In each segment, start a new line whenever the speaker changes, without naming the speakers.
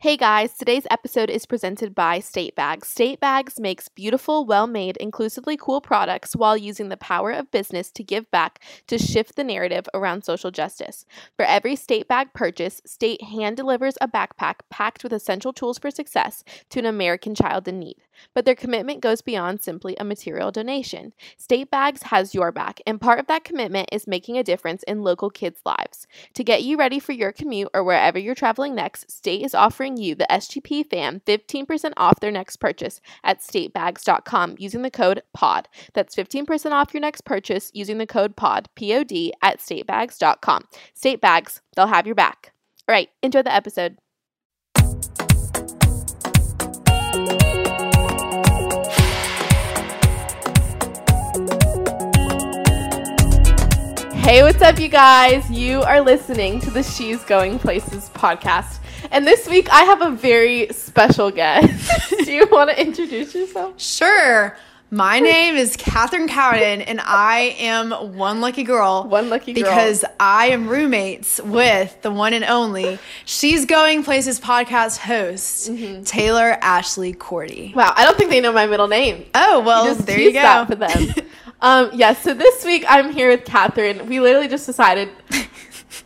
Hey guys, today's episode is presented by State Bags. State Bags makes beautiful, well made, inclusively cool products while using the power of business to give back to shift the narrative around social justice. For every State Bag purchase, State hand delivers a backpack packed with essential tools for success to an American child in need. But their commitment goes beyond simply a material donation. State Bags has your back, and part of that commitment is making a difference in local kids' lives. To get you ready for your commute or wherever you're traveling next, State is offering you, the SGP fam, 15% off their next purchase at statebags.com using the code POD. That's 15% off your next purchase using the code POD, P O D, at statebags.com. State Bags, they'll have your back. All right, enjoy the episode. Hey, what's up, you guys? You are listening to the She's Going Places podcast. And this week I have a very special guest. Do you want to introduce yourself?
Sure. My name is Katherine Cowden, and I am one lucky girl.
One lucky girl.
Because I am roommates with the one and only She's Going Places podcast host,
Mm-hmm.
Taylor Ashley Cordy.
Wow, I don't think they know my middle name.
Oh, well,
just
there you
teased that
go.
for them. um, yeah, so this week I'm here with Catherine. We literally just decided,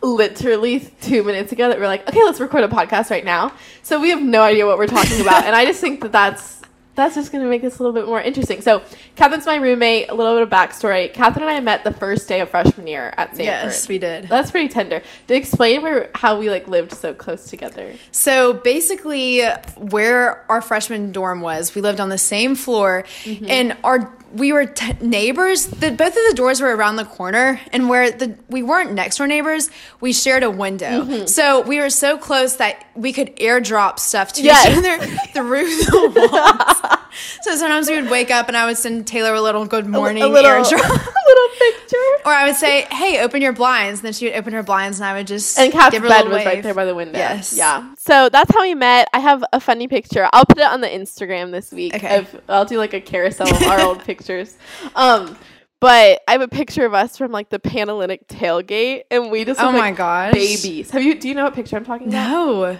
literally two minutes ago, that we're like, okay, let's record a podcast right now. So we have no idea what we're talking about, and I just think that that's that's just going to make this a little bit more interesting. So Catherine's my roommate. A little bit of backstory: Catherine and I met the first day of freshman year at Sanford.
Yes, we did.
That's pretty tender. To explain where how we like lived so close together.
So basically, where our freshman dorm was, we lived on the same floor,
Mm-hmm.
and our we were t- neighbors. The, both of the doors were around the corner, and where the we weren't next door neighbors, we shared a window.
Mm-hmm.
So we were so close that we could airdrop stuff to
Yes.
each other through the walls. so sometimes we would wake up, and I would send Taylor a little good morning
a little,
airdrop.
a little picture.
Or I would say, "Hey, open your blinds," and then she would open her blinds, and I would just
And Kat's
give her a
bed
little
was right
wave.
there by the window.
Yes.
Yeah. So that's how we met. I have a funny picture. I'll put it on the Instagram this week.
Okay.
Of, I'll do like a carousel of our old pictures. Um, but I have a picture of us from like the Panalytic tailgate, and we just
Oh
look
my
like
gosh.
babies. Have you? Do you know what picture I'm talking about?
No.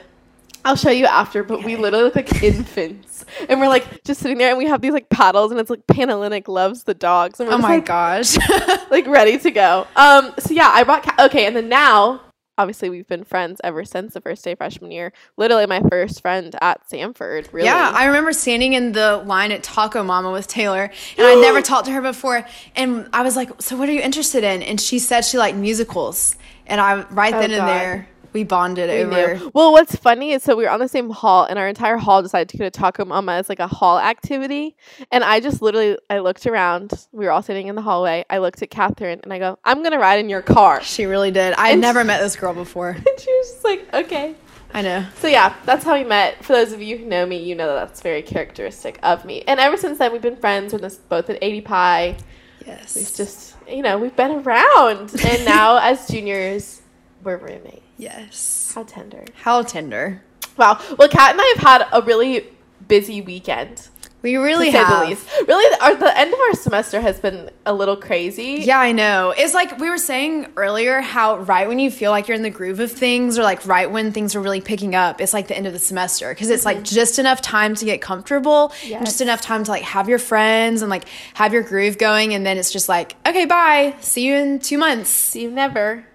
I'll show you after. But we literally look like infants, and we're like just sitting there, and we have these like paddles, and it's like Panalytic loves the dogs. And we're
Oh
just,
my
like,
gosh.
like ready to go. Um, so yeah, I brought Ca- okay, and then now obviously we've been friends ever since the first day of freshman year. Literally my first friend at Sanford. Really,
Yeah, I remember standing in the line at Taco Mama with Taylor, and I'd never talked to her before. And I was like, "So, what are you interested in?" And she said she liked musicals, and I right then
Oh, God.
and there we bonded
We
over.
knew. Well, what's funny is so we were on the same hall, and our entire hall decided to go to Taco Mama as like a hall activity. And I just literally, I looked around. We were all sitting in the hallway. I looked at Catherine, and I go, "I'm gonna ride in your car."
She really did. I had
And-
never met this girl before.
And she was just like, "Okay."
I know.
So yeah, that's how we met. For those of you who know me, you know that that's very characteristic of me. And ever since then, we've been friends. We're this, both at 80 Pi.
Yes.
It's just you know we've been around, and now as juniors, we're roommates.
yes.
How tender!
How tender.
Wow. Well, Kat and I have had a really busy weekend,
We
to
really
say
have.
the least. Really, our, the end of our semester has been a little crazy.
Yeah, I know. It's like we were saying earlier how right when you feel like you're in the groove of things or like right when things are really picking up, it's like the end of the semester because it's like just enough time to get comfortable and
Yes.
just enough time to like have your friends and like have your groove going and then it's just like, okay, bye. See you in 2 months.
Do you never?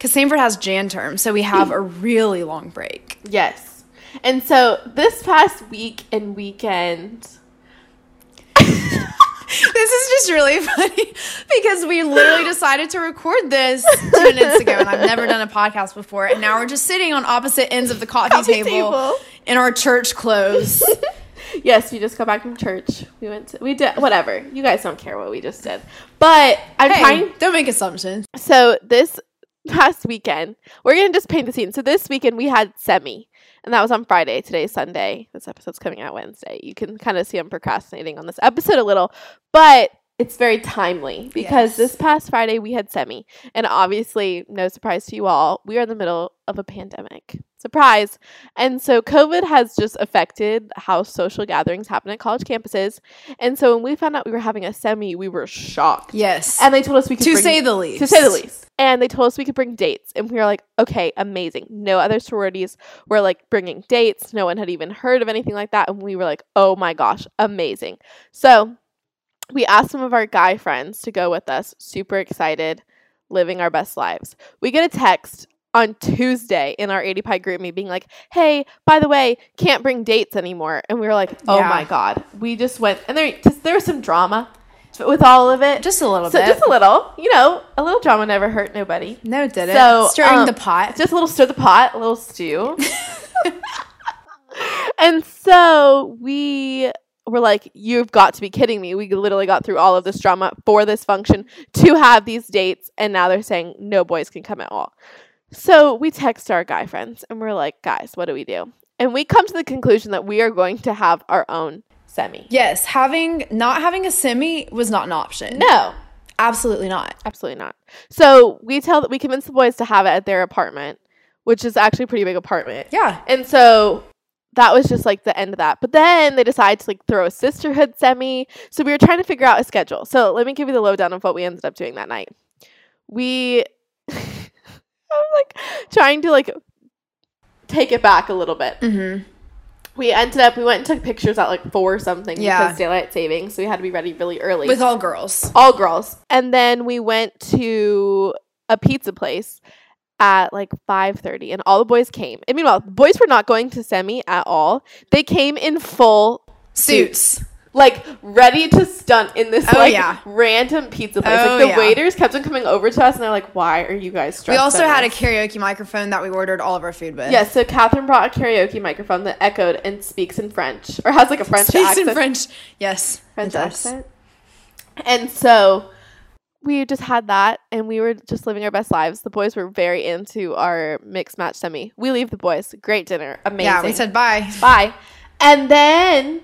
Cuz Sanford has Jan term, so we have a really long break.
Yes. And so this past week and weekend.
This is just really funny because we literally decided to record this 2 minutes ago and I've never done a podcast before and now we're just sitting on opposite ends of the coffee,
Coffee
table.
table.
in our church clothes.
Yes, we just got back from church. We went to, we did, whatever. You guys don't care what we just did. But I'm trying.
hey, don't make assumptions.
So this past weekend, we're going to just paint the scene. So this weekend, we had semi, and that was on Friday. Today's Sunday. This episode's coming out Wednesday. You can kind of see I'm procrastinating on this episode a little, but it's very timely because
Yes.
this past Friday, we had semi. And obviously, no surprise to you all, we are in the middle of a pandemic. Surprise. And so COVID has just affected how social gatherings happen at college campuses. And so when we found out we were having a semi, we were shocked.
Yes.
And they told us we could
to
bring-
say the least.
to say the least. And they told us we could bring dates, and we were like, okay, amazing. No other sororities were like bringing dates. No one had even heard of anything like that, and we were like, oh my gosh, amazing. So we asked some of our guy friends to go with us. Super excited, living our best lives. We get a text on Tuesday in our 80 Pie group me being like, hey, by the way, can't bring dates anymore. And we were like, oh
Yeah.
my god, we just went, and there just, there was some drama with all of it
Just a little
so
bit.
just a little, you know, a little drama never hurt nobody.
no, it didn't.
So,
Stirring
um,
the pot.
Just a little stir the pot, a little stew. and so we were like, "You've got to be kidding me!" We literally got through all of this drama for this function to have these dates, and now they're saying no boys can come at all. So we text our guy friends, and we're like, "Guys, what do we do?" And we come to the conclusion that we are going to have our own semi.
yes, having not having a semi was not an option.
No,
Absolutely not.
Absolutely not. So we tell we convince the boys to have it at their apartment, which is actually a pretty big apartment.
Yeah.
And so that was just like the end of that. But then they decided to like throw a sisterhood semi. So we were trying to figure out a schedule. So let me give you the lowdown of what we ended up doing that night. We I was like trying to like take it back a little bit.
Mm-hmm.
We ended up we went and took pictures at like four something
Yeah.
because daylight savings, so we had to be ready really early
With all girls.
all girls. And then we went to a pizza place at like 5:30 and all the boys came. And meanwhile, the boys were not going to semi at all. They came in full
Suits.
like ready to stunt in this
Oh,
like
yeah.
random pizza place.
Oh,
like the
yeah.
waiters kept on coming over to us and they're like, "Why are you guys
We
stressed?"
also
out?"
had a karaoke microphone that we ordered all of our food with.
Yes, so Catherine brought a karaoke microphone that echoed and speaks in French or has like a French
Speaks
accent.
in French. Yes.
French
it does.
accent. And so we just had that and we were just living our best lives. The boys were very into our mixed match semi. We leave the boys. Great dinner. Amazing.
Yeah, we said bye.
bye. And then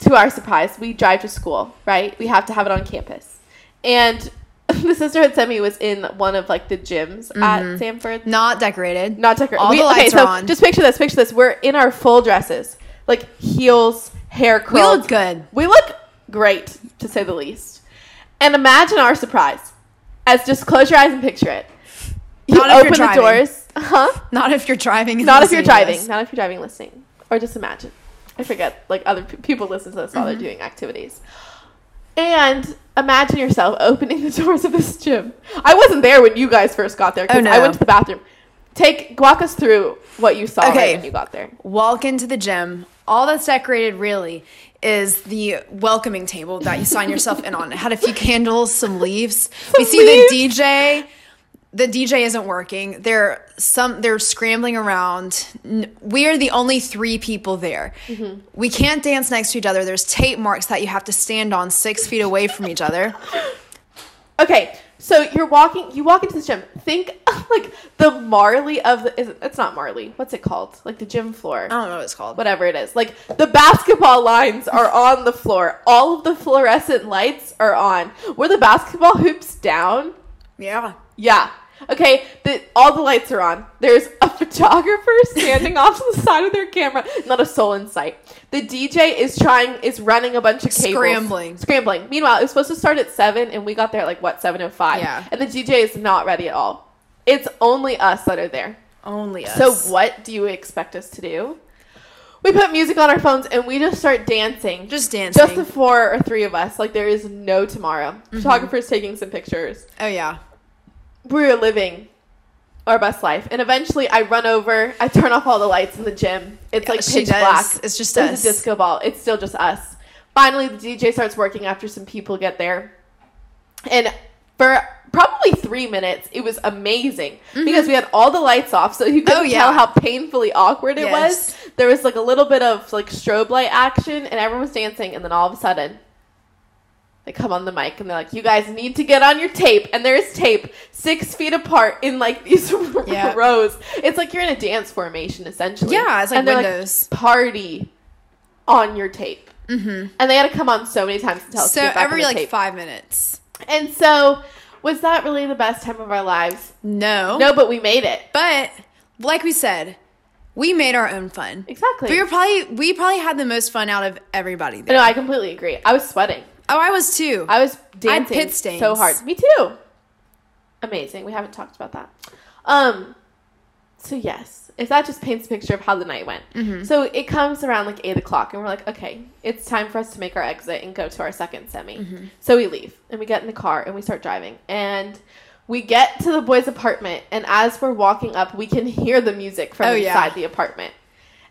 to our surprise, we drive to school, right? We have to have it on campus. And the sisterhood semi was in one of like the gyms
Mm-hmm.
at Sanford.
Not decorated.
Not decorated.
All
we,
the
okay,
lights
so
are on.
just picture this, picture this. We're in our full dresses. Like heels, hair
we
curled.
look good.
We look great, to say the least. And imagine our surprise. As just close your eyes and picture it. You
Not if you're
open the
driving.
doors. Huh?
Not if you're driving. and
Not if you're
listening to
driving.
us.
Not if you're driving listening. Or just imagine. I forget, like other pe- people listen to this while
Mm-hmm.
they're doing activities. And imagine yourself opening the doors of this gym. I wasn't there when you guys first got there because
Oh, no.
I went to the bathroom. Take walk us through what you saw right
Okay.
when you got there.
Walk into the gym. All that's decorated really is the welcoming table that you sign yourself in on. It had a few candles, some leaves. we see the DJ. The DJ isn't working. They're some. They're scrambling around. N- We are the only three people there.
Mm-hmm.
We can't dance next to each other. There's tape marks that you have to stand on six feet away from each other.
Okay, so you're walking. You walk into this gym. Think like the Marley of the. Is, it's not Marley. What's it called? Like the gym floor.
I don't know what it's called.
Whatever it is. Like the basketball lines are on the floor. All of the fluorescent lights are on. Were the basketball hoops down?
Yeah.
Yeah. Okay, the, all the lights are on. There's a photographer standing off to the side of their camera. Not a soul in sight. The DJ is trying, is running a bunch of cables.
Scrambling.
Scrambling. Meanwhile, it was supposed to start at 7, and we got there at like, what, 7.05?
Yeah.
And the DJ is not ready at all. It's only us that are there.
Only us.
So what do you expect us to do? We put music on our phones and we just start dancing.
Just dancing. Mm-hmm.
Just the four or three of us. Like, there is no tomorrow. Photographer's taking some pictures
oh yeah.
we were living our best life. And eventually I run over, I turn off all the lights in the gym. It's like
She
pitch
does.
black.
It's just
There's
us.
a disco ball. It's still just us. Finally the DJ starts working after some people get there. And for probably three minutes, it was amazing because we had all the lights off, so you could
Mm-hmm. Oh,
not
yeah.
tell how painfully awkward it
Yes.
was. There was like a little bit of like strobe light action, and everyone was dancing, and then all of a sudden, they come on the mic and they're like, "You guys need to get on your tape," and there's tape six feet apart in like these
Yeah.
rows. It's like you're in a dance formation essentially.
Yeah, it's like
they're
windows.
Party on your tape. Mm-hmm. And they had to come on so many times to tell us. to
So
get back on
every
the
like
tape.
five minutes.
And so, was that really the best time of our lives?
No.
No, but we made it.
But like we said, we made our own fun.
Exactly.
We were probably we probably had the most fun out of everybody there.
No, I completely agree. I was sweating.
Oh, I was too.
I was dancing
pit stains.
so hard. Me too. Amazing. We haven't talked about that. Um, so yes, if that just paints a picture of how the night went.
Mm-hmm.
So it comes around like eight o'clock, and we're like, okay, it's time for us to make our exit and go to our second semi.
Mm-hmm.
So we leave and we get in the car and we start driving and. We get to the boys' apartment, and as we're walking up, we can hear the music from
Oh, yeah.
inside the apartment.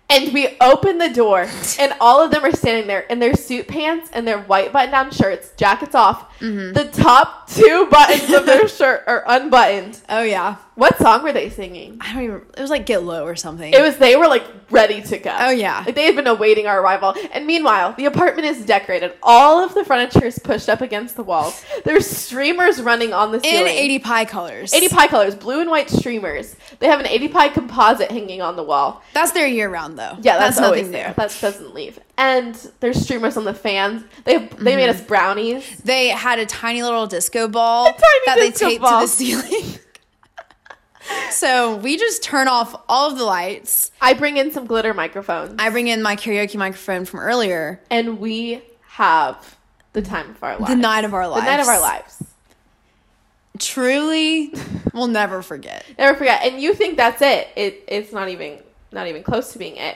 And we open the door, and all of them are standing there in their suit pants and their white button down shirts, jackets off.
Mm-hmm.
The top two buttons of their shirt are unbuttoned.
oh yeah.
What song were they singing?
I don't even. It was like get low or something.
It was they were like ready to go.
Oh, yeah.
Like they had been awaiting our arrival. And meanwhile, the apartment is decorated. All of the furniture is pushed up against the walls. There's streamers running on the
in
ceiling.
eighty pie colors.
80 pie colors, blue and white streamers. They have an 80 pie composite hanging on the wall.
That's their year round though.
Yeah, that's, always
nothing
there.
new.
That doesn't leave. And there's streamers on the fans. They they made
Mm-hmm.
us brownies.
They had a tiny little disco ball
tiny
that they
disco
taped
ball.
to the ceiling. so we just turn off all of the lights.
I bring in some glitter microphones,
I bring in my karaoke microphone from earlier.
and we have the time of our lives.
The night of our
The
lives.
night of our lives.
Truly, we'll never forget.
Never forget. And you think that's it? It it's not even not even close to being it.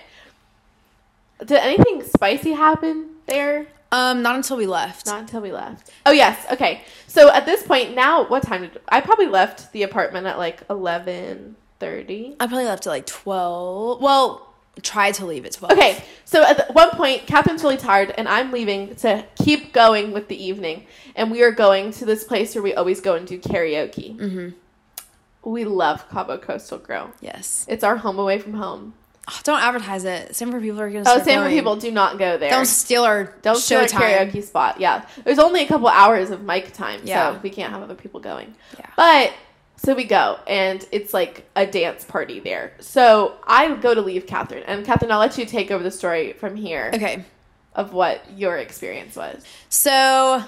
Did anything spicy happen there?
Um, not until we left.
Not until we left. Oh yes. Okay. So at this point now, what time did I probably left the apartment at like eleven thirty?
I probably left at like twelve. Well, tried to leave at twelve.
Okay, so at the- one point, Catherine's really tired, and I'm leaving to keep going with the evening. And we are going to this place where we always go and do karaoke. Mm-hmm. We love Cabo Coastal Grill.
Yes.
It's our home away from home.
Oh, don't advertise it. Sanford people are gonna.
Oh,
start
Sanford
going.
people, do not go there.
Don't steal our
Don't
show
show a
time.
karaoke spot. Yeah, there's only a couple hours of mic time,
Yeah.
so we can't have other people going.
Yeah.
But so we go, and it's like a dance party there. So I go to leave Catherine, and Catherine, I'll let you take over the story from here.
Okay.
of what your experience was.
So,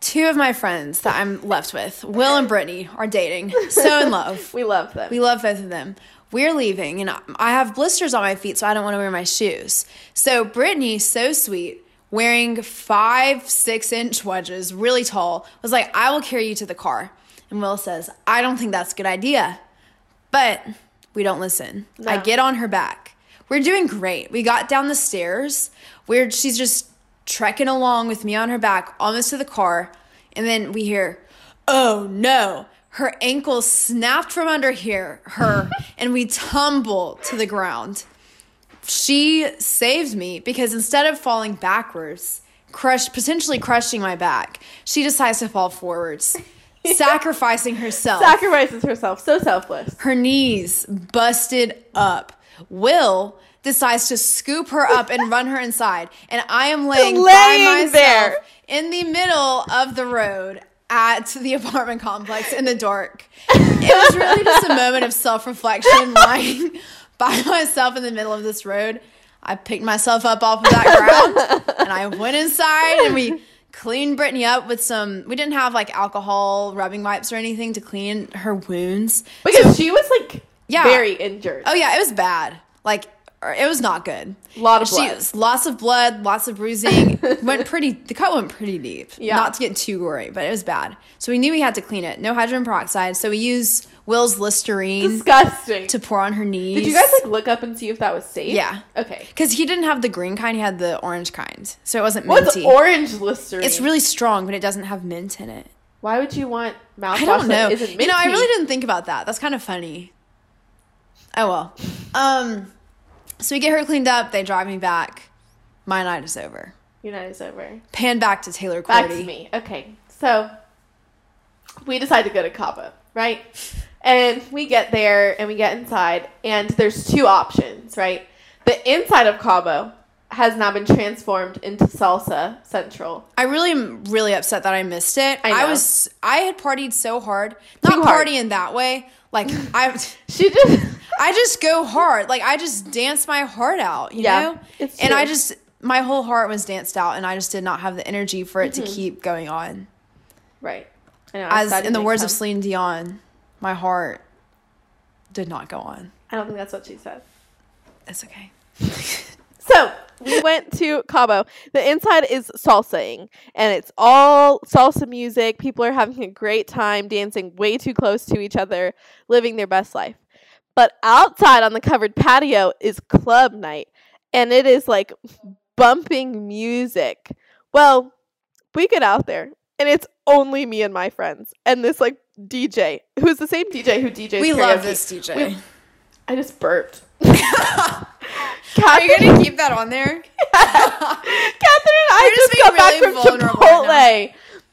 two of my friends that I'm left with, Will and Brittany, are dating. So in love.
We love them.
We love both of them. We're leaving, and I have blisters on my feet, so I don't want to wear my shoes. So Brittany, so sweet, wearing five, six inch wedges, really tall, was like, I will carry you to the car. And Will says, I don't think that's a good idea. But we don't listen. I
No.
get on her back. We're doing great. We got down the stairs. We're she's just trekking along with me on her back, almost to the car, and then we hear, "Oh no!" Her ankle snapped from under here her, and we tumble to the ground. She saved me because instead of falling backwards, crush potentially crushing my back, she decides to fall forwards, sacrificing herself.
Sacrifices herself, so selfless.
Her knees busted up. Will decides to scoop her up and run her inside. And I am laying,
Laying
by myself
there.
in the middle of the road at the apartment complex in the dark. It was really just a moment of self reflection lying by myself in the middle of this road. I picked myself up off of that ground and I went inside and we cleaned Brittany up with some. We didn't have like alcohol rubbing wipes or anything to clean her wounds.
Because she was like
Yeah.
very injured.
Oh yeah, it was bad. Like er, it was not good.
Lot of
She-
blood.
lots of blood, lots of bruising. went pretty. The cut went pretty deep.
Yeah.
Not to get too gory, but it was bad. So we knew we had to clean it. No hydrogen peroxide. So we used Will's Listerine
Disgusting.
to pour on her knees.
Did you guys like look up and see if that was safe?
Yeah.
Okay.
Because he didn't have the green kind. He had the orange kind. So it wasn't
What's
minty.
orange listerine?
it's really strong, but it doesn't have mint in it.
Why would you want mouthwash
I don't know.
that isn't minty?
You know, I really didn't think about that. That's kind of funny. Oh well. Um, so we get her cleaned up. They drive me back. My night is over.
Your night is over.
Pan back to Taylor Cordy.
Back to me. Okay. So we decide to go to Cabo, right? And we get there and we get inside, and there's two options, right? The inside of Cabo has now been transformed into Salsa Central.
I really am really upset that I missed it.
I
I,
know.
was I had partied so hard, not
Too hard.
partying that way. Like I,
She just.
I just go hard. Like I just dance my heart out. You
Yeah,
know.
it's
and
true.
I just my whole heart was danced out, and I just did not have the energy for it to
Mm-hmm.
keep going on.
Right. I know,
As
sad
in the
didn't
words
come.
of Celine Dion, my heart did not go on.
I don't think that's what she said.
That's okay.
So we went to Cabo. The inside is salsaing, and it's all salsa music. People are having a great time dancing way too close to each other, living their best life. But outside on the covered patio is club night, and it is like bumping music. Well, we get out there, and it's only me and my friends, and this like DJ, who's the same DJ who DJs.
we
karaoke.
love this DJ.
We- I just burped.
Are you
Catherine,
gonna keep that on there?
Catherine and I
We're
just,
just
got
being
back
really
from
vulnerable right
Chipotle.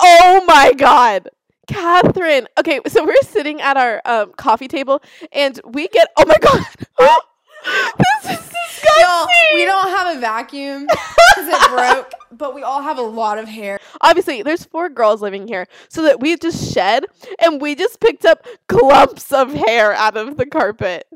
oh my god. Catherine. Okay, so we're sitting at our um, coffee table and we get oh my god. this is disgusting.
Y'all, we don't have a vacuum because it broke, but we all have a lot of hair.
Obviously, there's four girls living here, so that we just shed and we just picked up clumps of hair out of the carpet.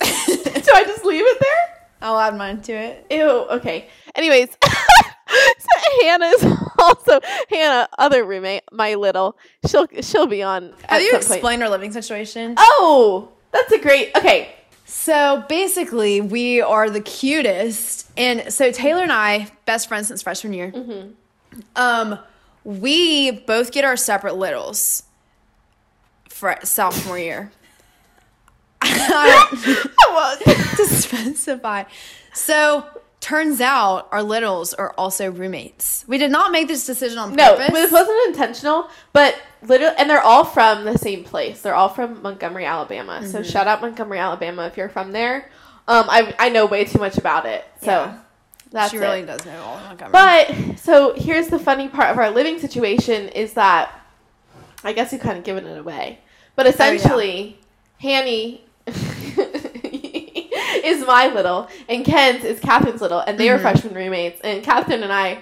so I just leave it there?
I'll add mine to it.
Ew, okay. Anyways, so Hannah's also Hannah, other roommate, my little. She'll she'll be on.
Have
at
you
some point.
explained our living situation?
Oh, that's a great. Okay.
So basically, we are the cutest, and so Taylor and I, best friends since freshman year.
Mm-hmm.
Um, we both get our separate littles for sophomore year. to specify. So turns out our littles are also roommates. We did not make this decision on
No,
purpose.
but this wasn't intentional. But literally, and they're all from the same place. They're all from Montgomery, Alabama. So
Mm-hmm.
shout out Montgomery, Alabama, if you're from there. Um, I I know way too much about it. So
Yeah.
that's
she really Oh,
it.
does know all of Montgomery.
But so here's the funny part of our living situation is that I guess you've kind of given it away. But essentially, Hanny is my little, and Ken's is Catherine's little, and they
Mm-hmm.
were freshman roommates. And Catherine and I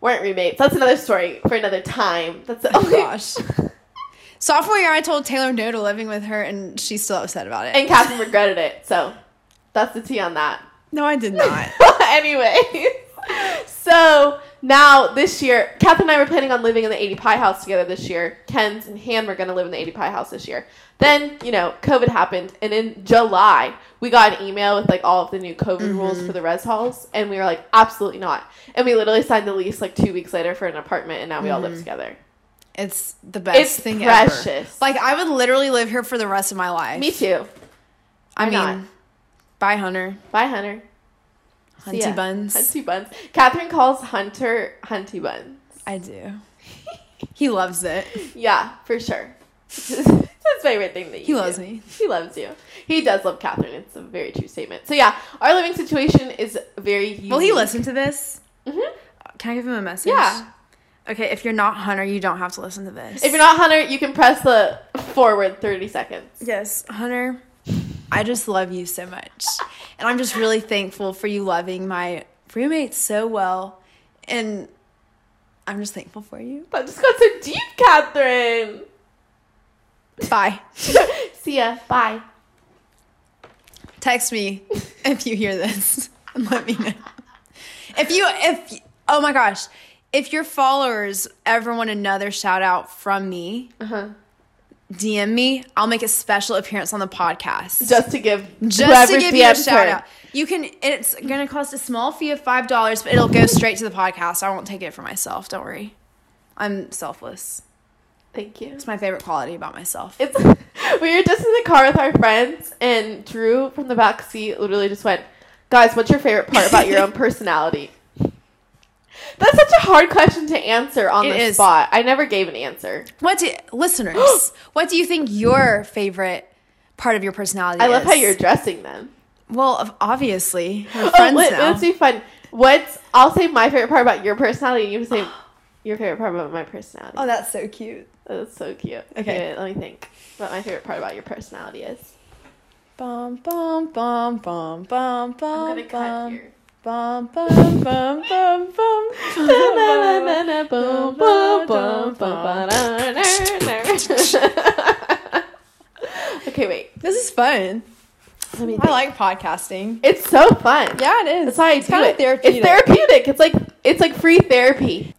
weren't roommates. That's another story for another time. That's the
oh
only.
gosh. Sophomore year, I told Taylor no to living with her, and she's still upset about it.
And Catherine regretted it. So that's the tea on that.
no, I did not.
anyway, so now this year, Kath and I were planning on living in the 80 Pie house together this year. Ken's and Han were going to live in the 80 Pie house this year. Then, you know, COVID happened. And in July, we got an email with like all of the new COVID
Mm-hmm.
rules for the res halls. And we were like, absolutely not. And we literally signed the lease like two weeks later for an apartment. And now we all
Mm-hmm.
live together.
It's the best
It's
thing ever.
precious.
Like I would literally live here for the rest of my life.
Me too.
I mean,
not.
bye, Hunter.
Bye, Hunter. See
Hunty
ya.
buns.
Hunty Buns. Catherine calls Hunter Hunty Buns.
I do. he loves it.
Yeah, for sure. That's his favorite thing that you
He loves
do.
me.
He loves you. He does love Catherine. It's a very true statement. So yeah, our living situation is very. Unique.
Will he listen to this?
Mhm.
Can I give him a message?
Yeah.
Okay, if you're not Hunter, you don't have to listen to this.
If you're not Hunter, you can press the forward thirty seconds.
Yes, Hunter, I just love you so much. And I'm just really thankful for you loving my roommates so well. And I'm just thankful for you.
That just got so deep, Catherine.
Bye.
See ya. Bye.
Text me if you hear this and let me know. If you, if, oh my gosh, if your followers ever want another shout out from me,
Uh-huh.
DM me. I'll make a special appearance on the podcast.
Just to give
just
whoever
to give you a
DMs
shout
her-
out. You can. It's gonna cost a small fee of five dollars, but it'll go straight to the podcast. I won't take it for myself. Don't worry. I'm selfless.
Thank you.
It's my favorite quality about myself.
It's we were just in the car with our friends, and Drew from the back seat literally just went, "Guys, what's your favorite part about your own personality?" That's such a hard question to answer on
It
the
is.
spot. I never gave an answer.
What do listeners? what do you think your favorite part of your personality?
I love
is?
how you're addressing them.
Well, of- obviously, we're
Oh,
friends
let,
now.
let's be fun. What's I'll say my favorite part about your personality, and you say your favorite part about my personality.
oh, that's so cute.
That's so cute.
Okay.
Wait, let me think. What my favorite part about your personality is?
Bum bum bum bum bum
I'm
bum
gonna cut
bum
here.
bum bum bum bum bum.
okay, wait.
This is fun.
Let me think.
I like podcasting.
it's so fun.
Yeah, it is.
That's why I
it's
do
kinda
it.
Therapeutic.
It's therapeutic. It's like it's like free therapy.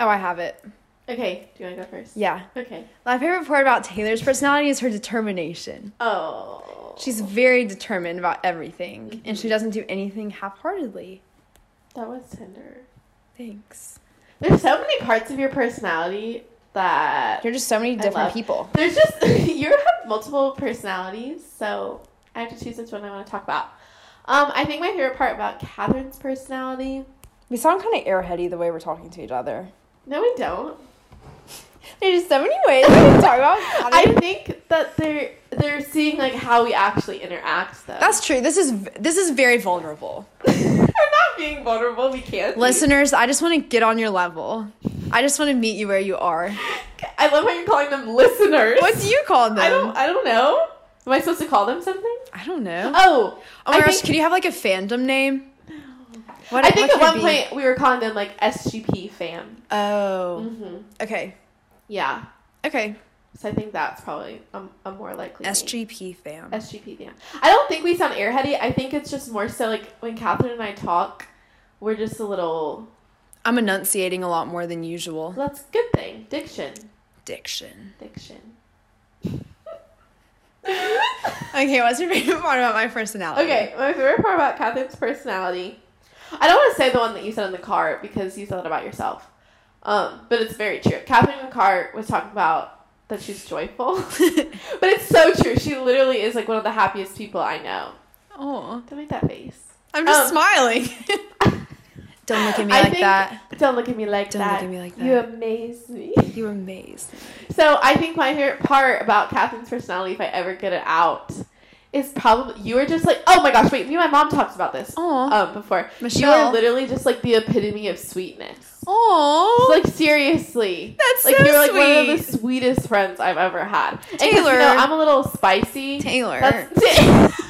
oh, I have it.
Okay, do you want to go first?
Yeah.
Okay.
My favorite part about Taylor's personality is her determination.
Oh.
She's very determined about everything, and she doesn't do anything half heartedly.
That was tender.
Thanks.
There's so many parts of your personality that
You're just so many
love-
different people.
there's just you have multiple personalities, so I have to choose which one I want to talk about. Um, I think my favorite part about Catherine's personality.
We sound kind of airheady the way we're talking to each other.
No, we don't.
There's so many ways we can talk about.
I think that they're they're seeing like how we actually interact though.
That's true. This is this is very vulnerable.
we're not being vulnerable. We can't. be.
Listeners, I just want to get on your level. I just want to meet you where you are.
I love how you're calling them listeners.
What do you call them?
I don't. I don't know. Am I supposed to call them something?
I don't know.
Oh,
oh my
I
gosh,
think-
could you have like a fandom name? What,
I think at
what could it
one
be?
point we were calling them like SGP fam.
Oh. Okay.
Yeah.
Okay.
So I think that's probably a, a more likely. name.
SGP fam.
SGP fam. I don't think we sound airheady. I think it's just more so like when Catherine and I talk, we're just a little.
I'm enunciating a lot more than usual.
That's a good thing. Diction.
Diction.
Diction.
Okay, what's your favorite part about my personality?
Okay, my favorite part about Catherine's personality. I don't want to say the one that you said in the car because you said it about yourself. Um, but it's very true. Catherine in the car was talking about that she's joyful. but it's so true. She literally is like one of the happiest people I know.
Oh,
Don't make that face.
I'm
Um,
just smiling. don't look at me
I
like
think-
that.
Don't look at me like
Don't look
that.
at me like
You
that.
amaze me.
You amaze. me.
So I think my favorite part about Catherine's personality, if I ever get it out, is probably you were just like, oh my gosh, wait, me and my mom talked about this
Aw.
um before. You
Michelle.
were literally just like the epitome of sweetness.
Oh,
Like seriously,
That's
like
so
you're like one of the
sweet.
sweetest friends I've ever had. And 'cause,
Taylor.
you know, I'm a little spicy.
Taylor.
That's-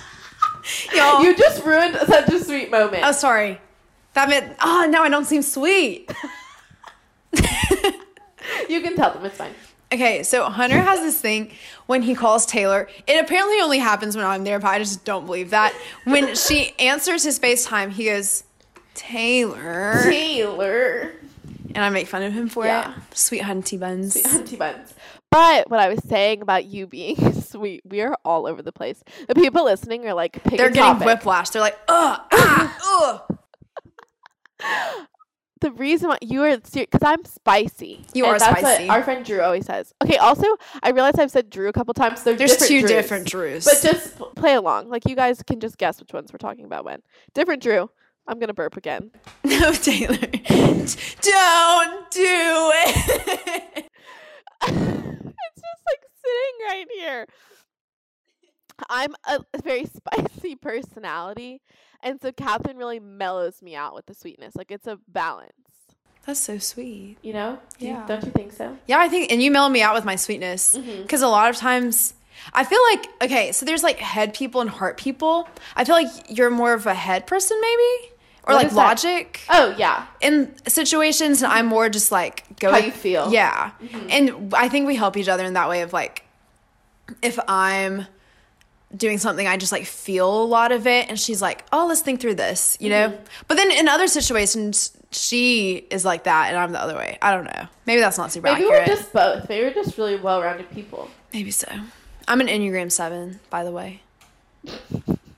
Y'all.
you just ruined such a sweet moment.
oh, sorry. That meant. Oh, now I don't seem sweet.
You can tell them it's fine.
Okay, so Hunter has this thing when he calls Taylor. It apparently only happens when I'm there, but I just don't believe that. When she answers his FaceTime, he goes, Taylor.
Taylor.
And I make fun of him for
Yeah.
it. Sweet hunty buns.
Sweet auntie buns. But what I was saying about you being sweet, we are all over the place. The people listening are like, pick
They're
a
getting
topic.
whiplash. They're like, ugh, ah, ugh.
The reason why you are because I'm spicy.
You
And
are
that's
spicy.
What our friend Drew always says. Okay. Also, I realize I've said Drew a couple times. So
There's two
Drews.
different Drews.
But just p- play along. Like you guys can just guess which ones we're talking about when. Different Drew. I'm gonna burp again.
no, Taylor. Don't do it.
it's just like sitting right here. I'm a very spicy personality, and so Catherine really mellows me out with the sweetness. Like it's a balance,
That's so sweet.
you know? Do you-
Yeah.
Don't you think so?
Yeah, I think, and you mail me out with my sweetness because a lot of times I feel like okay, so there's like head people and heart people. I feel like you're more of a head person maybe,
What
or like
is that?
logic
Oh yeah.
in situations, and I'm more just like go
How
with-
you feel. Mm-hmm.
Yeah, and I think we help each other in that way of like if I'm doing something i just like feel a lot of it and she's like oh let's think through this you know
Mm-hmm.
but then in other situations she is like that and i'm the other way i don't know maybe that's not super
Maybe we're
accurate
just both. Maybe we're just really well-rounded people.
Maybe so. I'm an Enneagram 7, by the way.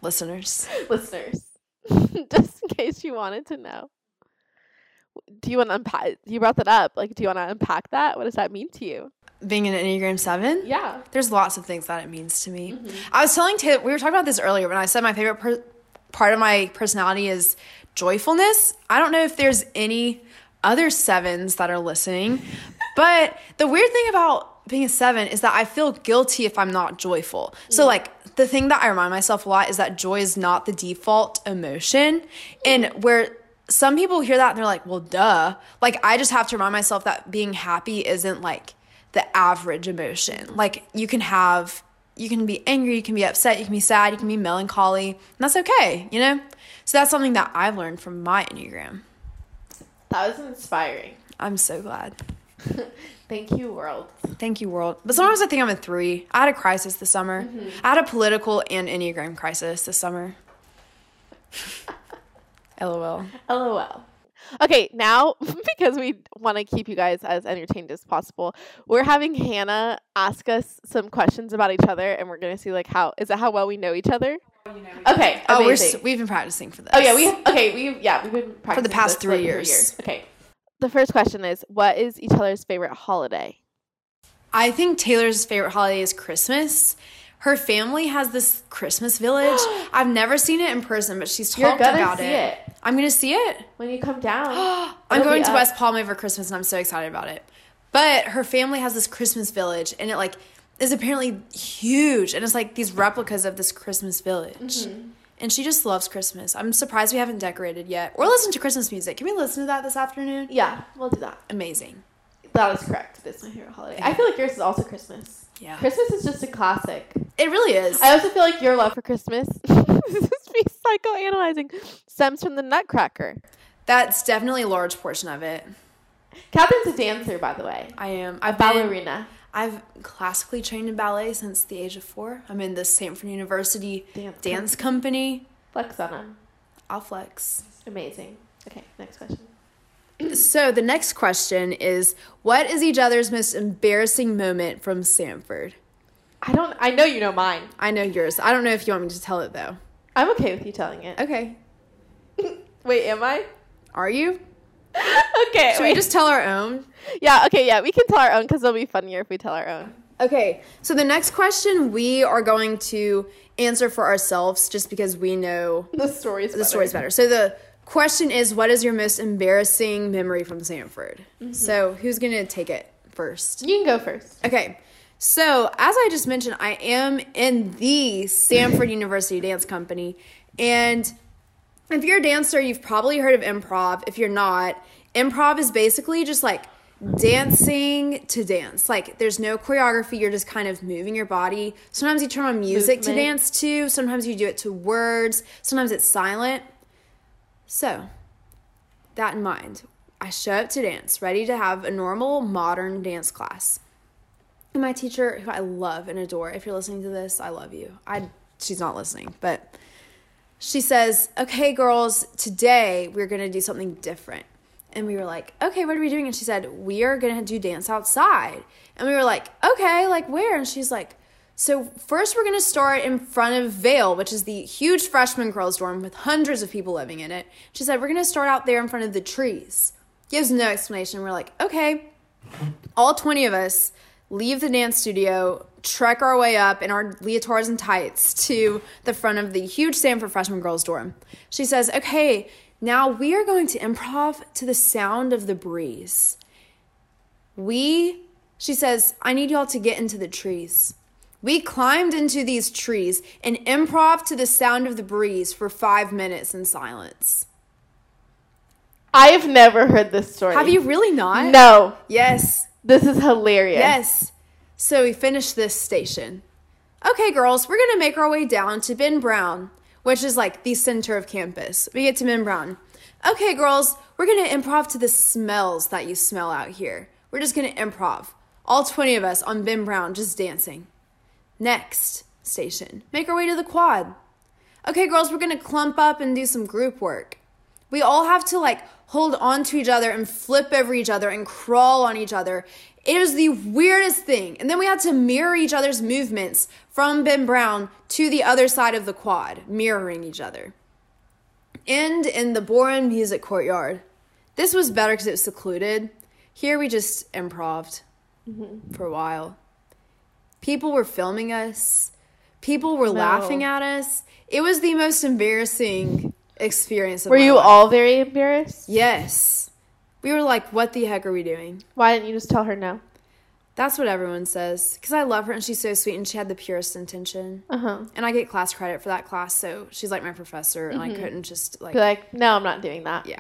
Listeners.
Listeners, just in case you wanted to know. Do you want to unpack? You brought that up. Like, do you want to unpack that? What does that mean to you?
Being an Enneagram 7?
Yeah.
There's lots of things that it means to me. I was telling Taylor, we were talking about this earlier when I said my favorite per- part of my personality is joyfulness. I don't know if there's any other sevens that are listening, but the weird thing about being a seven is that I feel guilty if I'm not joyful. So, like, the thing that I remind myself a lot is that joy is not the default emotion. And where some people hear that and they're like, well, duh. Like, I just have to remind myself that being happy isn't like the average emotion. Like, you can have, you can be angry, you can be upset, you can be sad, you can be melancholy, and that's okay, you know? So, that's something that I've learned from my Enneagram.
That was inspiring.
I'm so glad.
Thank you, world.
Thank you, world. But sometimes I think I'm a three. I had a crisis this summer.
Mm-hmm.
I had a political and Enneagram crisis this summer. LOL.
LOL. Okay, now because we want to keep you guys as entertained as possible, we're having Hannah ask us some questions about each other, and we're gonna see like how is it how well we know each other. Okay.
Oh, we're,
amazing.
s- we've been practicing for this.
Oh yeah, we okay we yeah we've been practicing
the past
this,
three
like,
years.
Okay. The first question is, what is each other's favorite holiday?
I think Taylor's favorite holiday is Christmas. Her family has this Christmas village. I've never seen it in person, but she's talked
You're gonna
about
see
it.
it.
I'm gonna see it.
When you come down,
I'm
It'll be
going to
up.
West Palm over Christmas, and I'm so excited about it. But her family has this Christmas village, and it like is apparently huge, and it's like these replicas of this Christmas village.
Mm-hmm.
And she just loves Christmas. I'm surprised we haven't decorated yet or listened to Christmas music. Can we listen to that this afternoon?
yeah, we'll do that.
Amazing.
That is correct. That's my favorite holiday. I feel like yours is also Christmas.
Yeah.
Christmas is just a classic.
It really is.
I also feel like your love for Christmas, this is me psychoanalyzing, stems from the Nutcracker.
That's definitely a large portion of it.
Catherine's a dancer, by the way,
I am. I've been-
ballerina.
I've classically trained in ballet since the age of four. I'm in the Stanford University
Dance
dance, company.
Flex on 'em.
I'll flex.
Amazing. Okay, next question.
So the next question is, what is each other's most embarrassing moment from Stanford?
I don't. I know you know mine.
I know yours. I don't know if you want me to tell it though.
I'm okay with you telling it.
Okay.
Wait, am I?
Are you?
okay.
Should
wait.
we just tell our own?
Yeah. Okay. Yeah, we can tell our own because it'll be funnier if we tell our own.
Okay. So the next question we are going to answer for ourselves just because we know
The story's
the story's better. So the question is, what is your most embarrassing memory from Sanford? So who's gonna take it first?
You can go first.
Okay. So as I just mentioned, I am in the Sanford University Dance Company, and if you're a dancer, you've probably heard of improv. If you're not, improv is basically just like dancing to dance. Like there's no choreography, you're just kind of moving your body. Sometimes you turn on music to
Movement.
dance to, sometimes you do it to words, sometimes it's silent. So, that in mind, I show up to dance, ready to have a normal modern dance class. And my teacher, who I love and adore, if you're listening to this, I love you. I she's not listening, but she says, Okay, girls, today we're going to do something different. And we were like, Okay, what are we doing? And she said, We are going to do dance outside. And we were like, Okay, like where? And she's like, So first we're going to start in front of Vale, which is the huge freshman girls' dorm with hundreds of people living in it. She said, We're going to start out there in front of the trees. Gives no explanation. We're like, Okay, all 20 of us leave the dance studio, trek our way up in our leotards and tights to the front of the huge Sanford freshman girls' dorm. She says, Okay, now we are going to improv to the sound of the breeze. We, she says, I need y'all to get into the trees. We climbed into these trees and improv to the sound of the breeze for five minutes in silence.
I have never heard this story.
Have you really not?
No.
Yes.
This is hilarious.
Yes. So we finished this station. Okay, girls, we're going to make our way down to Ben Brown, which is like the center of campus. We get to Ben Brown. Okay, girls, we're going to improv to the smells that you smell out here. We're just going to improv. All 20 of us on Ben Brown just dancing. Next station. Make our way to the quad. Okay, girls, we're gonna clump up and do some group work. We all have to like hold on to each other and flip over each other and crawl on each other. It was the weirdest thing. And then we had to mirror each other's movements from Ben Brown to the other side of the quad, mirroring each other. End in the Boren Music Courtyard. This was better because it was secluded. Here we just improved for a while. People were filming us. People were laughing at us. It was the most embarrassing experience. Of
Were
my
you
life.
all very embarrassed?
Yes. We were like, what the heck are we doing?
Why didn't you just tell her no?
That's what everyone says. Because I love her and she's so sweet and she had the purest intention.
Uh huh.
And I get class credit for that class, so she's like my professor and I
Mm-hmm.
couldn't just like,
Be like, no, I'm not doing that.
yeah.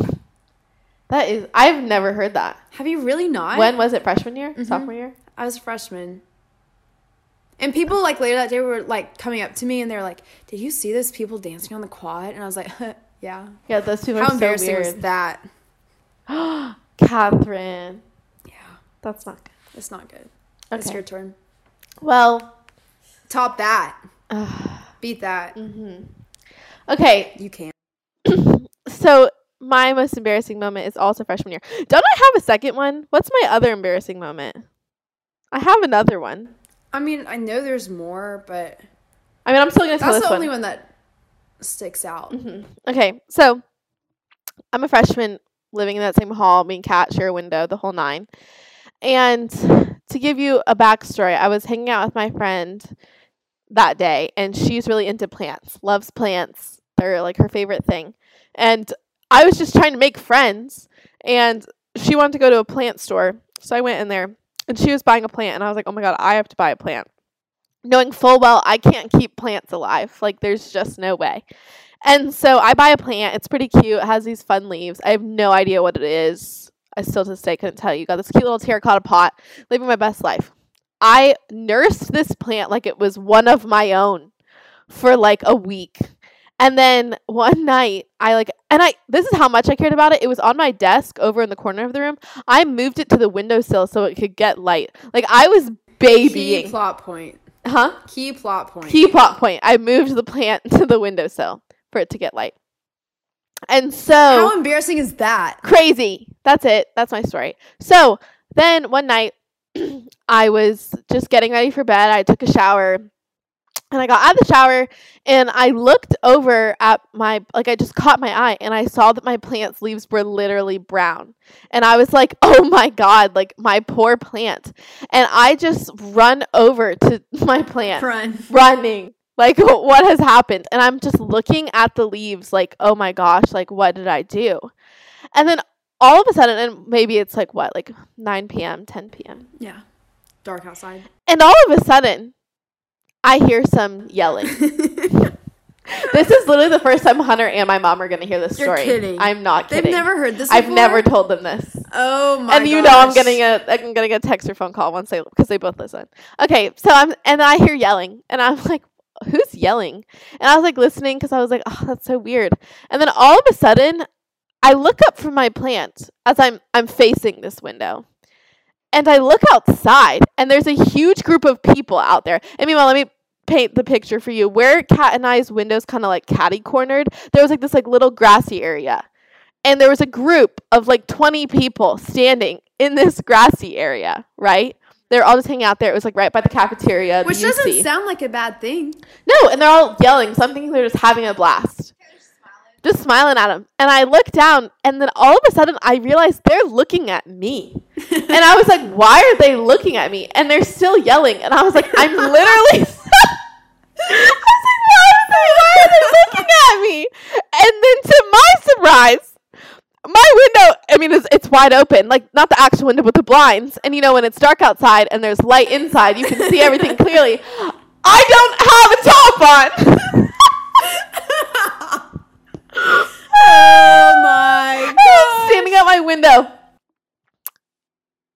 That is, I've never heard that.
Have you really not?
when was it? Freshman year? Sophomore year?
I was a freshman. And people like later that day were like coming up to me and they were like, Did you see those people dancing on the quad? And I was like, Yeah.
Yeah, those two are
How
so
embarrassing was
weird.
that?
Catherine,
Yeah.
that's not good.
It's not good. It's
Okay.
your turn.
Well,
Top that.
Mm-hmm.
Beat that.
okay.
You can.
So my most embarrassing moment is also freshman year. Don't I have a second one? What's my other embarrassing moment? I have another one.
I mean, I know there's more, but
I mean, I'm still gonna tell
that's
this
the
one. Mm-hmm.
only one that sticks out.
Okay, so I'm a freshman living in that same hall. Me and Kat share a window, the whole nine. And to give you a backstory, I was hanging out with my friend that day, and she's really into plants, loves plants. They're like her favorite thing. And I was just trying to make friends, and she wanted to go to a plant store. So I went in there, and she was buying a plant, and I was like, oh my God, I have to buy a plant. Knowing full well I can't keep plants alive. Like, there's just no way. And so I buy a plant. It's pretty cute. It has these fun leaves. I have no idea what it is. I still to this day couldn't tell you. Got this cute little terracotta pot, living my best life. I nursed this plant like it was one of my own for like a week. And then one night, I like, and I, this is how much I cared about it. It was on my desk over in the corner of the room. I moved it to the windowsill so it could get light. Like, I was
Key
babying.
plot point.
Huh?
Key plot point.
Key plot point. I moved the plant to the windowsill for it to get light. And so
How embarrassing is that?
crazy. That's it. That's my story. So then one night, I was just getting ready for bed. I took a shower and I got out of the shower and I looked over at my, like, I just caught my eye and I saw that my plant's leaves were literally brown. And I was like, oh my God, like, my poor plant. And I just run over to my plant
Run.
running. Like, what has happened? And I'm just looking at the leaves, like, oh my gosh, like, what did I do? And then all of a sudden, and maybe it's like what, like 9 p.m., 10 p.m.
Yeah. Dark outside.
And all of a sudden, I hear some yelling. this is literally the first time Hunter and my mom are going to hear this
You're
story.
kidding.
I'm not
They've
kidding.
never heard this.
I've
before?
never told them this.
Oh my.
and you know I'm
gosh.
getting a I'm gonna get a text or phone call once they because they both listen. Okay, so I'm and I hear yelling and I'm like, who's yelling? And I was like listening because I was like, oh, that's so weird. And then all of a sudden, I look up from my plant as I'm I'm facing this window. And I look outside, and there's a huge group of people out there. And meanwhile, let me paint the picture for you. Where Cat and I's windows kind of like catty cornered, there was like this like little grassy area, and there was a group of like 20 people standing in this grassy area. Right? They're all just hanging out there. It was like right by the cafeteria. the
Which doesn't
UC.
sound like a bad thing.
No, and they're all yelling. So I'm thinking they're just having a blast. Just smiling at him. And I look down, and then all of a sudden I realize they're looking at me. and I was like, why are they looking at me? And they're still yelling. And I was like, I'm literally. I was like, why are they, why are they looking at me? And then to my surprise, my window, I mean, it's, it's wide open, like not the actual window, but the blinds. And you know, when it's dark outside and there's light inside, you can see everything clearly. I don't have a top on.
Oh my.
I'm standing at my window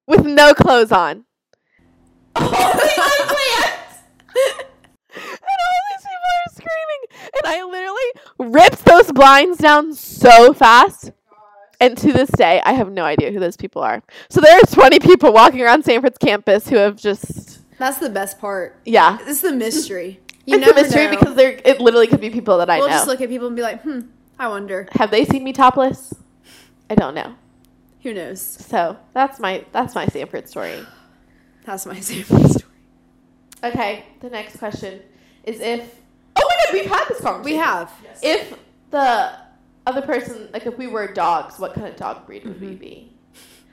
with no clothes on. and all these people are screaming. And I literally ripped those blinds down so fast. And to this day, I have no idea who those people are. So there are 20 people walking around Sanford's campus who have just,
That's the best part.
yeah.
This is the mystery. You
It's a mystery because there, it literally could be people that I
we'll
know.
just look at people and be like, hmm, I wonder.
have they seen me topless? I don't know.
Who knows?
So that's my that's my Sanford story.
That's my favorite story.
Okay, the next question is if Oh my god, we've had this conversation.
We have.
If the other person like if we were dogs, what kind of dog breed would
Mm-hmm.
we be?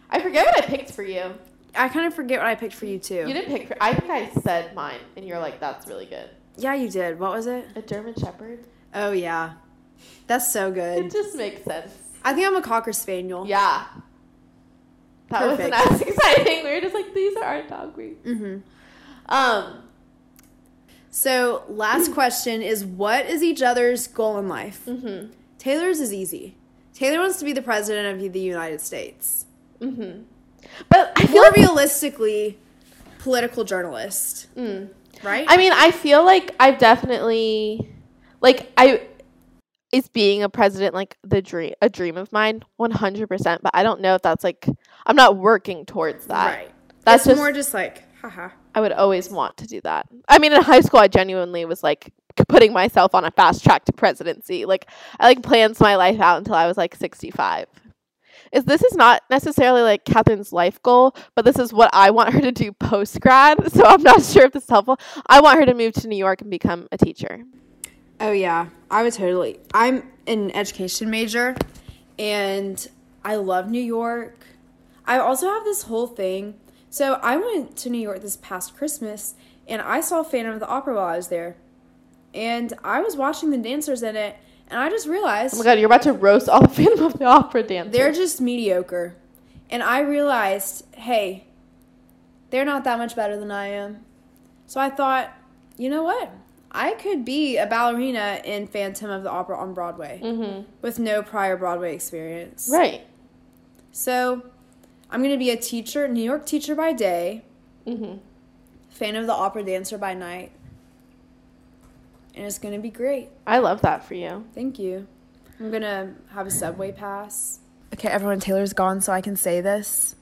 I forget what I picked for you.
I kind of forget what I picked for you too.
You didn't pick for I think I said mine and you're like, that's really good.
yeah, you did. What was it?
A German Shepherd?
Oh yeah, that's so
It
good.
just makes sense.
I think I'm a cocker spaniel.
Yeah. That wasn't
Oh. Perfect.
as exciting. We were just like, these are our dog breeds.
Mhm.
Um
So last question is, what is each other's goal in life?
mhm,
Taylor's is easy. Taylor wants to be the president of the United States.
mhm. But I feel
More
like
realistically, political journalist,
mm.
right?
I mean, I feel like I've definitely like I is being a president like the dream a dream of mine 100%, but I don't know if that's like I'm not working towards that.
right.
That's
That's
just
more just like, haha.
I would always want to do that. I mean, in high school I genuinely was like putting myself on a fast track to presidency. Like I like plans my life out until I was like 65. Is this is not necessarily like Catherine's life goal, but this is what I want her to do post grad. So I'm not sure if this is helpful. I want her to move to New York and become a teacher.
Oh yeah, I would totally. I'm an education major, and I love New York. I also have this whole thing. So I went to New York this past Christmas, and I saw Phantom of the Opera while I was there, and I was watching the dancers in it, and I just realized
Oh my god, you're about to roast all the Phantom of the Opera dancers.
they're just mediocre, and I realized, hey, they're not that much better than I am. So I thought, you know what? I could be a ballerina in Phantom of the Opera on Broadway with no prior Broadway experience.
right.
So I'm going to be a teacher, New York teacher by day, fan of the opera dancer by night. And it's going to be great.
I love that for you.
Thank you. I'm going to have a subway pass. Okay, everyone, Taylor's gone, so I can say this.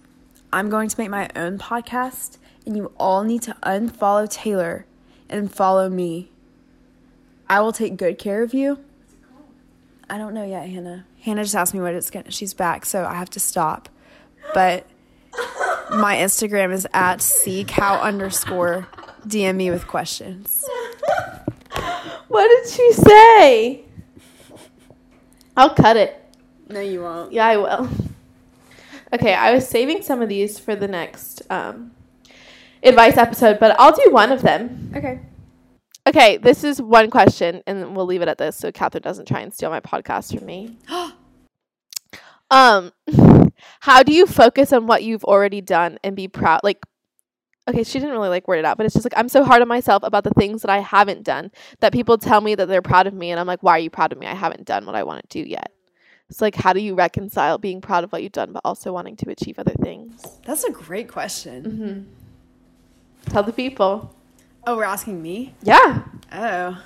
I'm going to make my own podcast, and you all need to unfollow Taylor and follow me. I will take good care of you. I don't know yet, Hannah. Hannah just asked me what it's gonna. She's back, so I have to stop. But my Instagram is at cow underscore DM me with questions.
What did she say? I'll cut it.
No, you won't.
Yeah, I will. Okay, I was saving some of these for the next um, advice episode, but I'll do one of them.
Okay.
Okay, this is one question, and we'll leave it at this so Catherine doesn't try and steal my podcast from me. um, how do you focus on what you've already done and be proud? Like, okay, she didn't really like word it out, but it's just like I'm so hard on myself about the things that I haven't done that people tell me that they're proud of me, and I'm like, why are you proud of me? I haven't done what I want to do yet. It's like, how do you reconcile being proud of what you've done, but also wanting to achieve other things?
That's a great question.
Tell the people.
Oh, we're asking me?
Yeah.
Oh.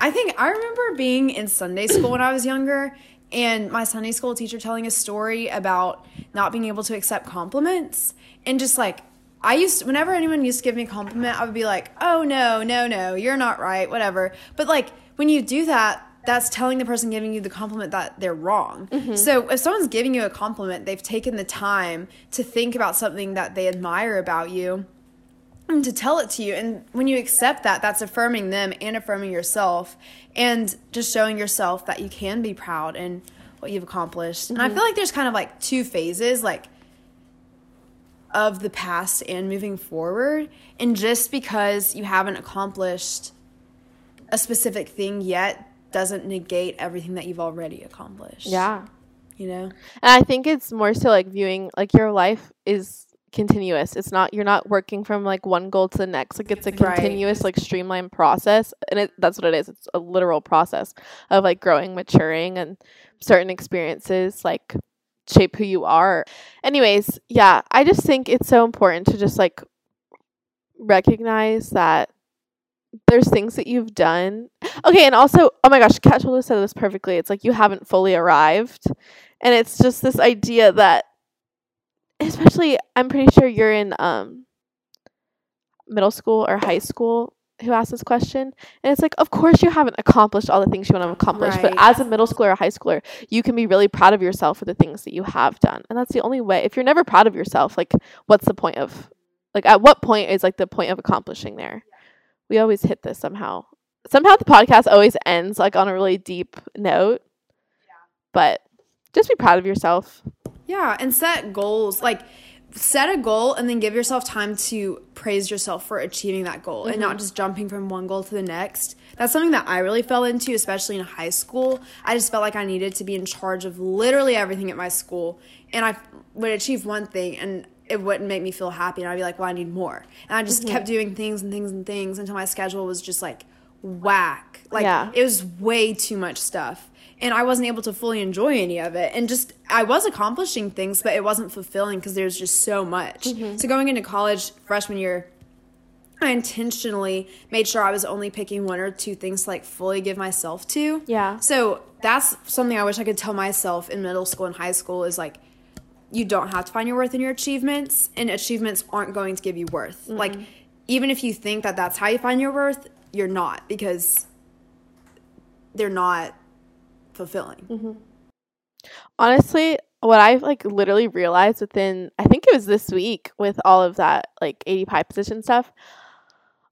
I think I remember being in Sunday school when I was younger and my Sunday school teacher telling a story about not being able to accept compliments and just like I used whenever anyone used to give me a compliment, I would be like, "Oh no, no, no, you're not right, whatever." But like when you do that, that's telling the person giving you the compliment that they're wrong. So if someone's giving you a compliment, they've taken the time to think about something that they admire about you and to tell it to you. And when you accept that, that's affirming them and affirming yourself and just showing yourself that you can be proud and what you've accomplished. And I feel like there's kind of like two phases like of the past and moving forward. And just because you haven't accomplished a specific thing yet doesn't negate everything that you've already accomplished.
Yeah.
You know?
And I think it's more so like viewing like your life is continuous. It's not you're not working from like one goal to the next. Like it's a
Right.
continuous like streamlined process, and it that's what it is. It's a literal process of like growing, maturing, and certain experiences like shape who you are. Anyways, yeah, I just think it's so important to just like recognize that there's things that you've done. Okay, and also, oh my gosh, Kat Schultz said this perfectly. It's like you haven't fully arrived. And it's just this idea that especially I'm pretty sure you're in um middle school or high school who asked this question. And it's like, of course you haven't accomplished all the things you want to accomplish, but
Right.
as a middle schooler or high schooler, you can be really proud of yourself for the things that you have done. And that's the only way. If you're never proud of yourself, like what's the point of like at what point is like the point of accomplishing there? We always hit this somehow. Somehow the podcast always ends like on a really deep note. But just be proud of yourself.
Yeah, and set goals. Like set a goal and then give yourself time to praise yourself for achieving that goal and not just jumping from one goal to the next. That's something that I really fell into, especially in high school. I just felt like I needed to be in charge of literally everything at my school, and I would achieve one thing and it wouldn't make me feel happy and I'd be like, "Well, I need more." And I just kept doing things and things and things until my schedule was just like whack. Like
Yeah.
it was way too much stuff and i wasn't able to fully enjoy any of it and just i was accomplishing things but it wasn't fulfilling because there's just so much so going into college freshman year i intentionally made sure i was only picking one or two things to like fully give myself to
Yeah.
so that's something i wish i could tell myself in middle school and high school is like you don't have to find your worth in your achievements and achievements aren't going to give you worth like even if you think that that's how you find your worth you're not because they're not fulfilling.
Honestly, what I like literally realized within I think it was this week with all of that like 80 pie position stuff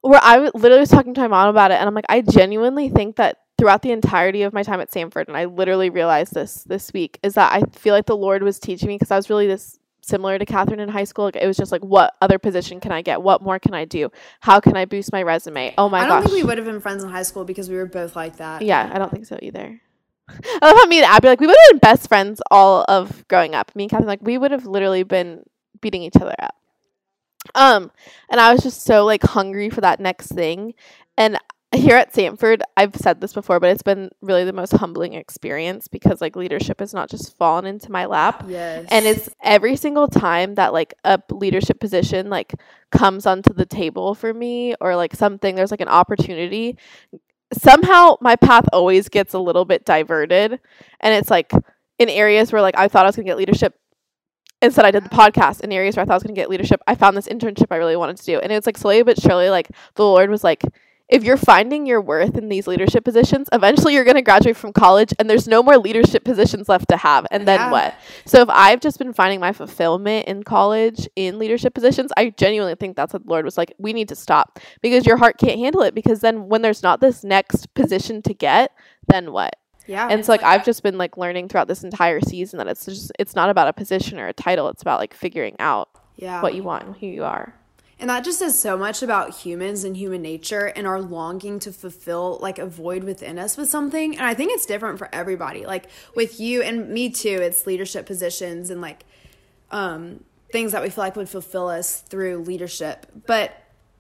where I w- literally was talking to my mom about it and I'm like I genuinely think that throughout the entirety of my time at Sanford and I literally realized this this week is that I feel like the Lord was teaching me because I was really this similar to Catherine in high school like, it was just like what other position can I get what more can I do how can I boost my resume oh my
I don't
gosh
think we would have been friends in high school because we were both like that.
yeah, I don't think so either. I love how me and Abby like we would have been best friends all of growing up. Me and Catherine like we would have literally been beating each other up. Um, and I was just so like hungry for that next thing. And here at Sanford, I've said this before, but it's been really the most humbling experience because like leadership has not just fallen into my lap.
Yes.
And it's every single time that like a leadership position like comes onto the table for me or like something there's like an opportunity somehow my path always gets a little bit diverted and it's like in areas where like I thought I was going to get leadership instead I did the podcast in areas where I thought I was going to get leadership I found this internship I really wanted to do and it's like slowly but surely like the Lord was like if you're finding your worth in these leadership positions, eventually you're going to graduate from college and there's no more leadership positions left to have. And then
Yeah.
what? So if I've just been finding my fulfillment in college in leadership positions, I genuinely think that's what the Lord was like, we need to stop because your heart can't handle it because then when there's not this next position to get, then what?
yeah.
And so like I've just been like learning throughout this entire season that it's just it's not about a position or a title, it's about like figuring out
yeah.
what you want and who you are.
And that just says so much about humans and human nature and our longing to fulfill like a void within us with something. And I think it's different for everybody. Like with you and me too, it's leadership positions and like um things that we feel like would fulfill us through leadership. But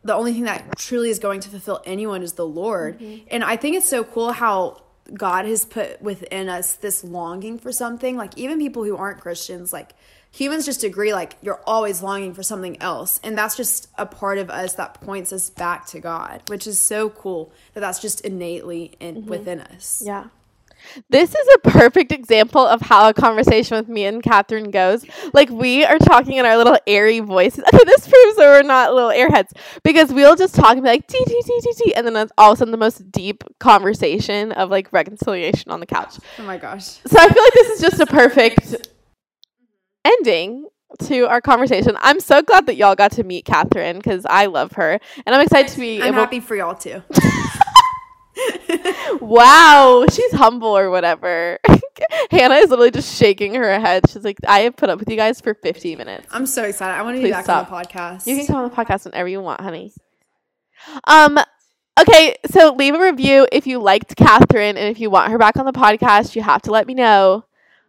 the only thing that truly is going to fulfill anyone is the Lord.
Mm-hmm.
And I think it's so cool how God has put within us this longing for something. Like even people who aren't Christians, like humans just agree like you're always longing for something else and that's just a part of us that points us back to god which is so cool that that's just innately in within us
Mm-hmm. Yeah. This is a perfect example of how a conversation with me and Catherine goes. Like we are talking in our little airy voices. Okay, this proves that we're not little airheads because we'll just talk and be like tee tee tee tee tee, and then it's all of a sudden the most deep conversation of like reconciliation on the couch.
oh my gosh
So I feel like this is just a perfect ending to our conversation. I'm so glad that y'all got to meet Catherine because I love her, and I'm excited to be
i'm
able.
happy for y'all too
Wow, she's humble or whatever. Hannah is literally just shaking her head. She's like, I have put up with you guys for 15 minutes.
i'm so excited i want to be
Please
back on the podcast
You can come on the podcast whenever you want, honey. Um, okay, so leave a review if you liked Catherine and if you want her back on the podcast, you have to let me know.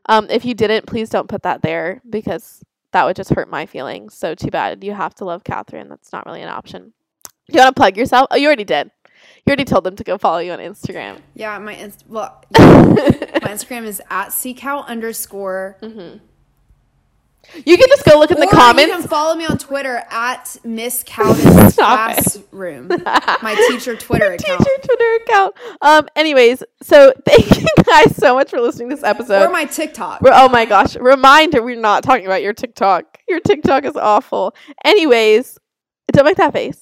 Um, if you didn't, please don't put that there because that would just hurt my feelings. So too bad. You have to love Catherine. That's not really an option. Do you want to plug yourself? Oh, you already did. You already told them to go follow you on Instagram.
yeah my inst- well my instagram is at seekow underscore
You can just go look in the
Or
comments.
You can follow me on Twitter at Miss Cowden's
Stop it.
Classroom. My teacher Twitter account.
teacher Twitter account. Um. Anyways, so thank you guys so much for listening to this
Or
episode.
my TikTok.
Re- oh my gosh! Reminder: We're not talking about your TikTok. Your TikTok is awful. Anyways, don't make that face.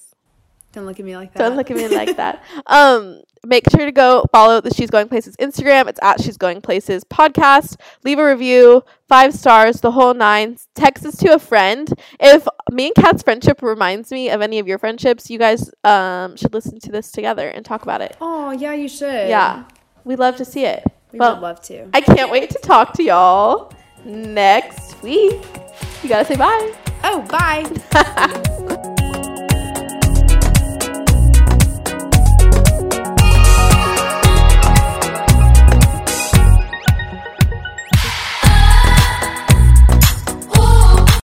Don't look at me like that.
Don't look at me like that. Um, make sure to go follow the She's Going Places Instagram. It's at She's Going Places podcast. Leave a review, five stars, the whole nine. Text us to a friend. If me and Kat's friendship reminds me of any of your friendships, you guys um, should listen to this together and talk about it.
Oh, yeah, you should.
Yeah, we love to see it.
We
well,
would love to.
I can't wait to talk to y'all next week. You gotta say bye.
Oh, bye.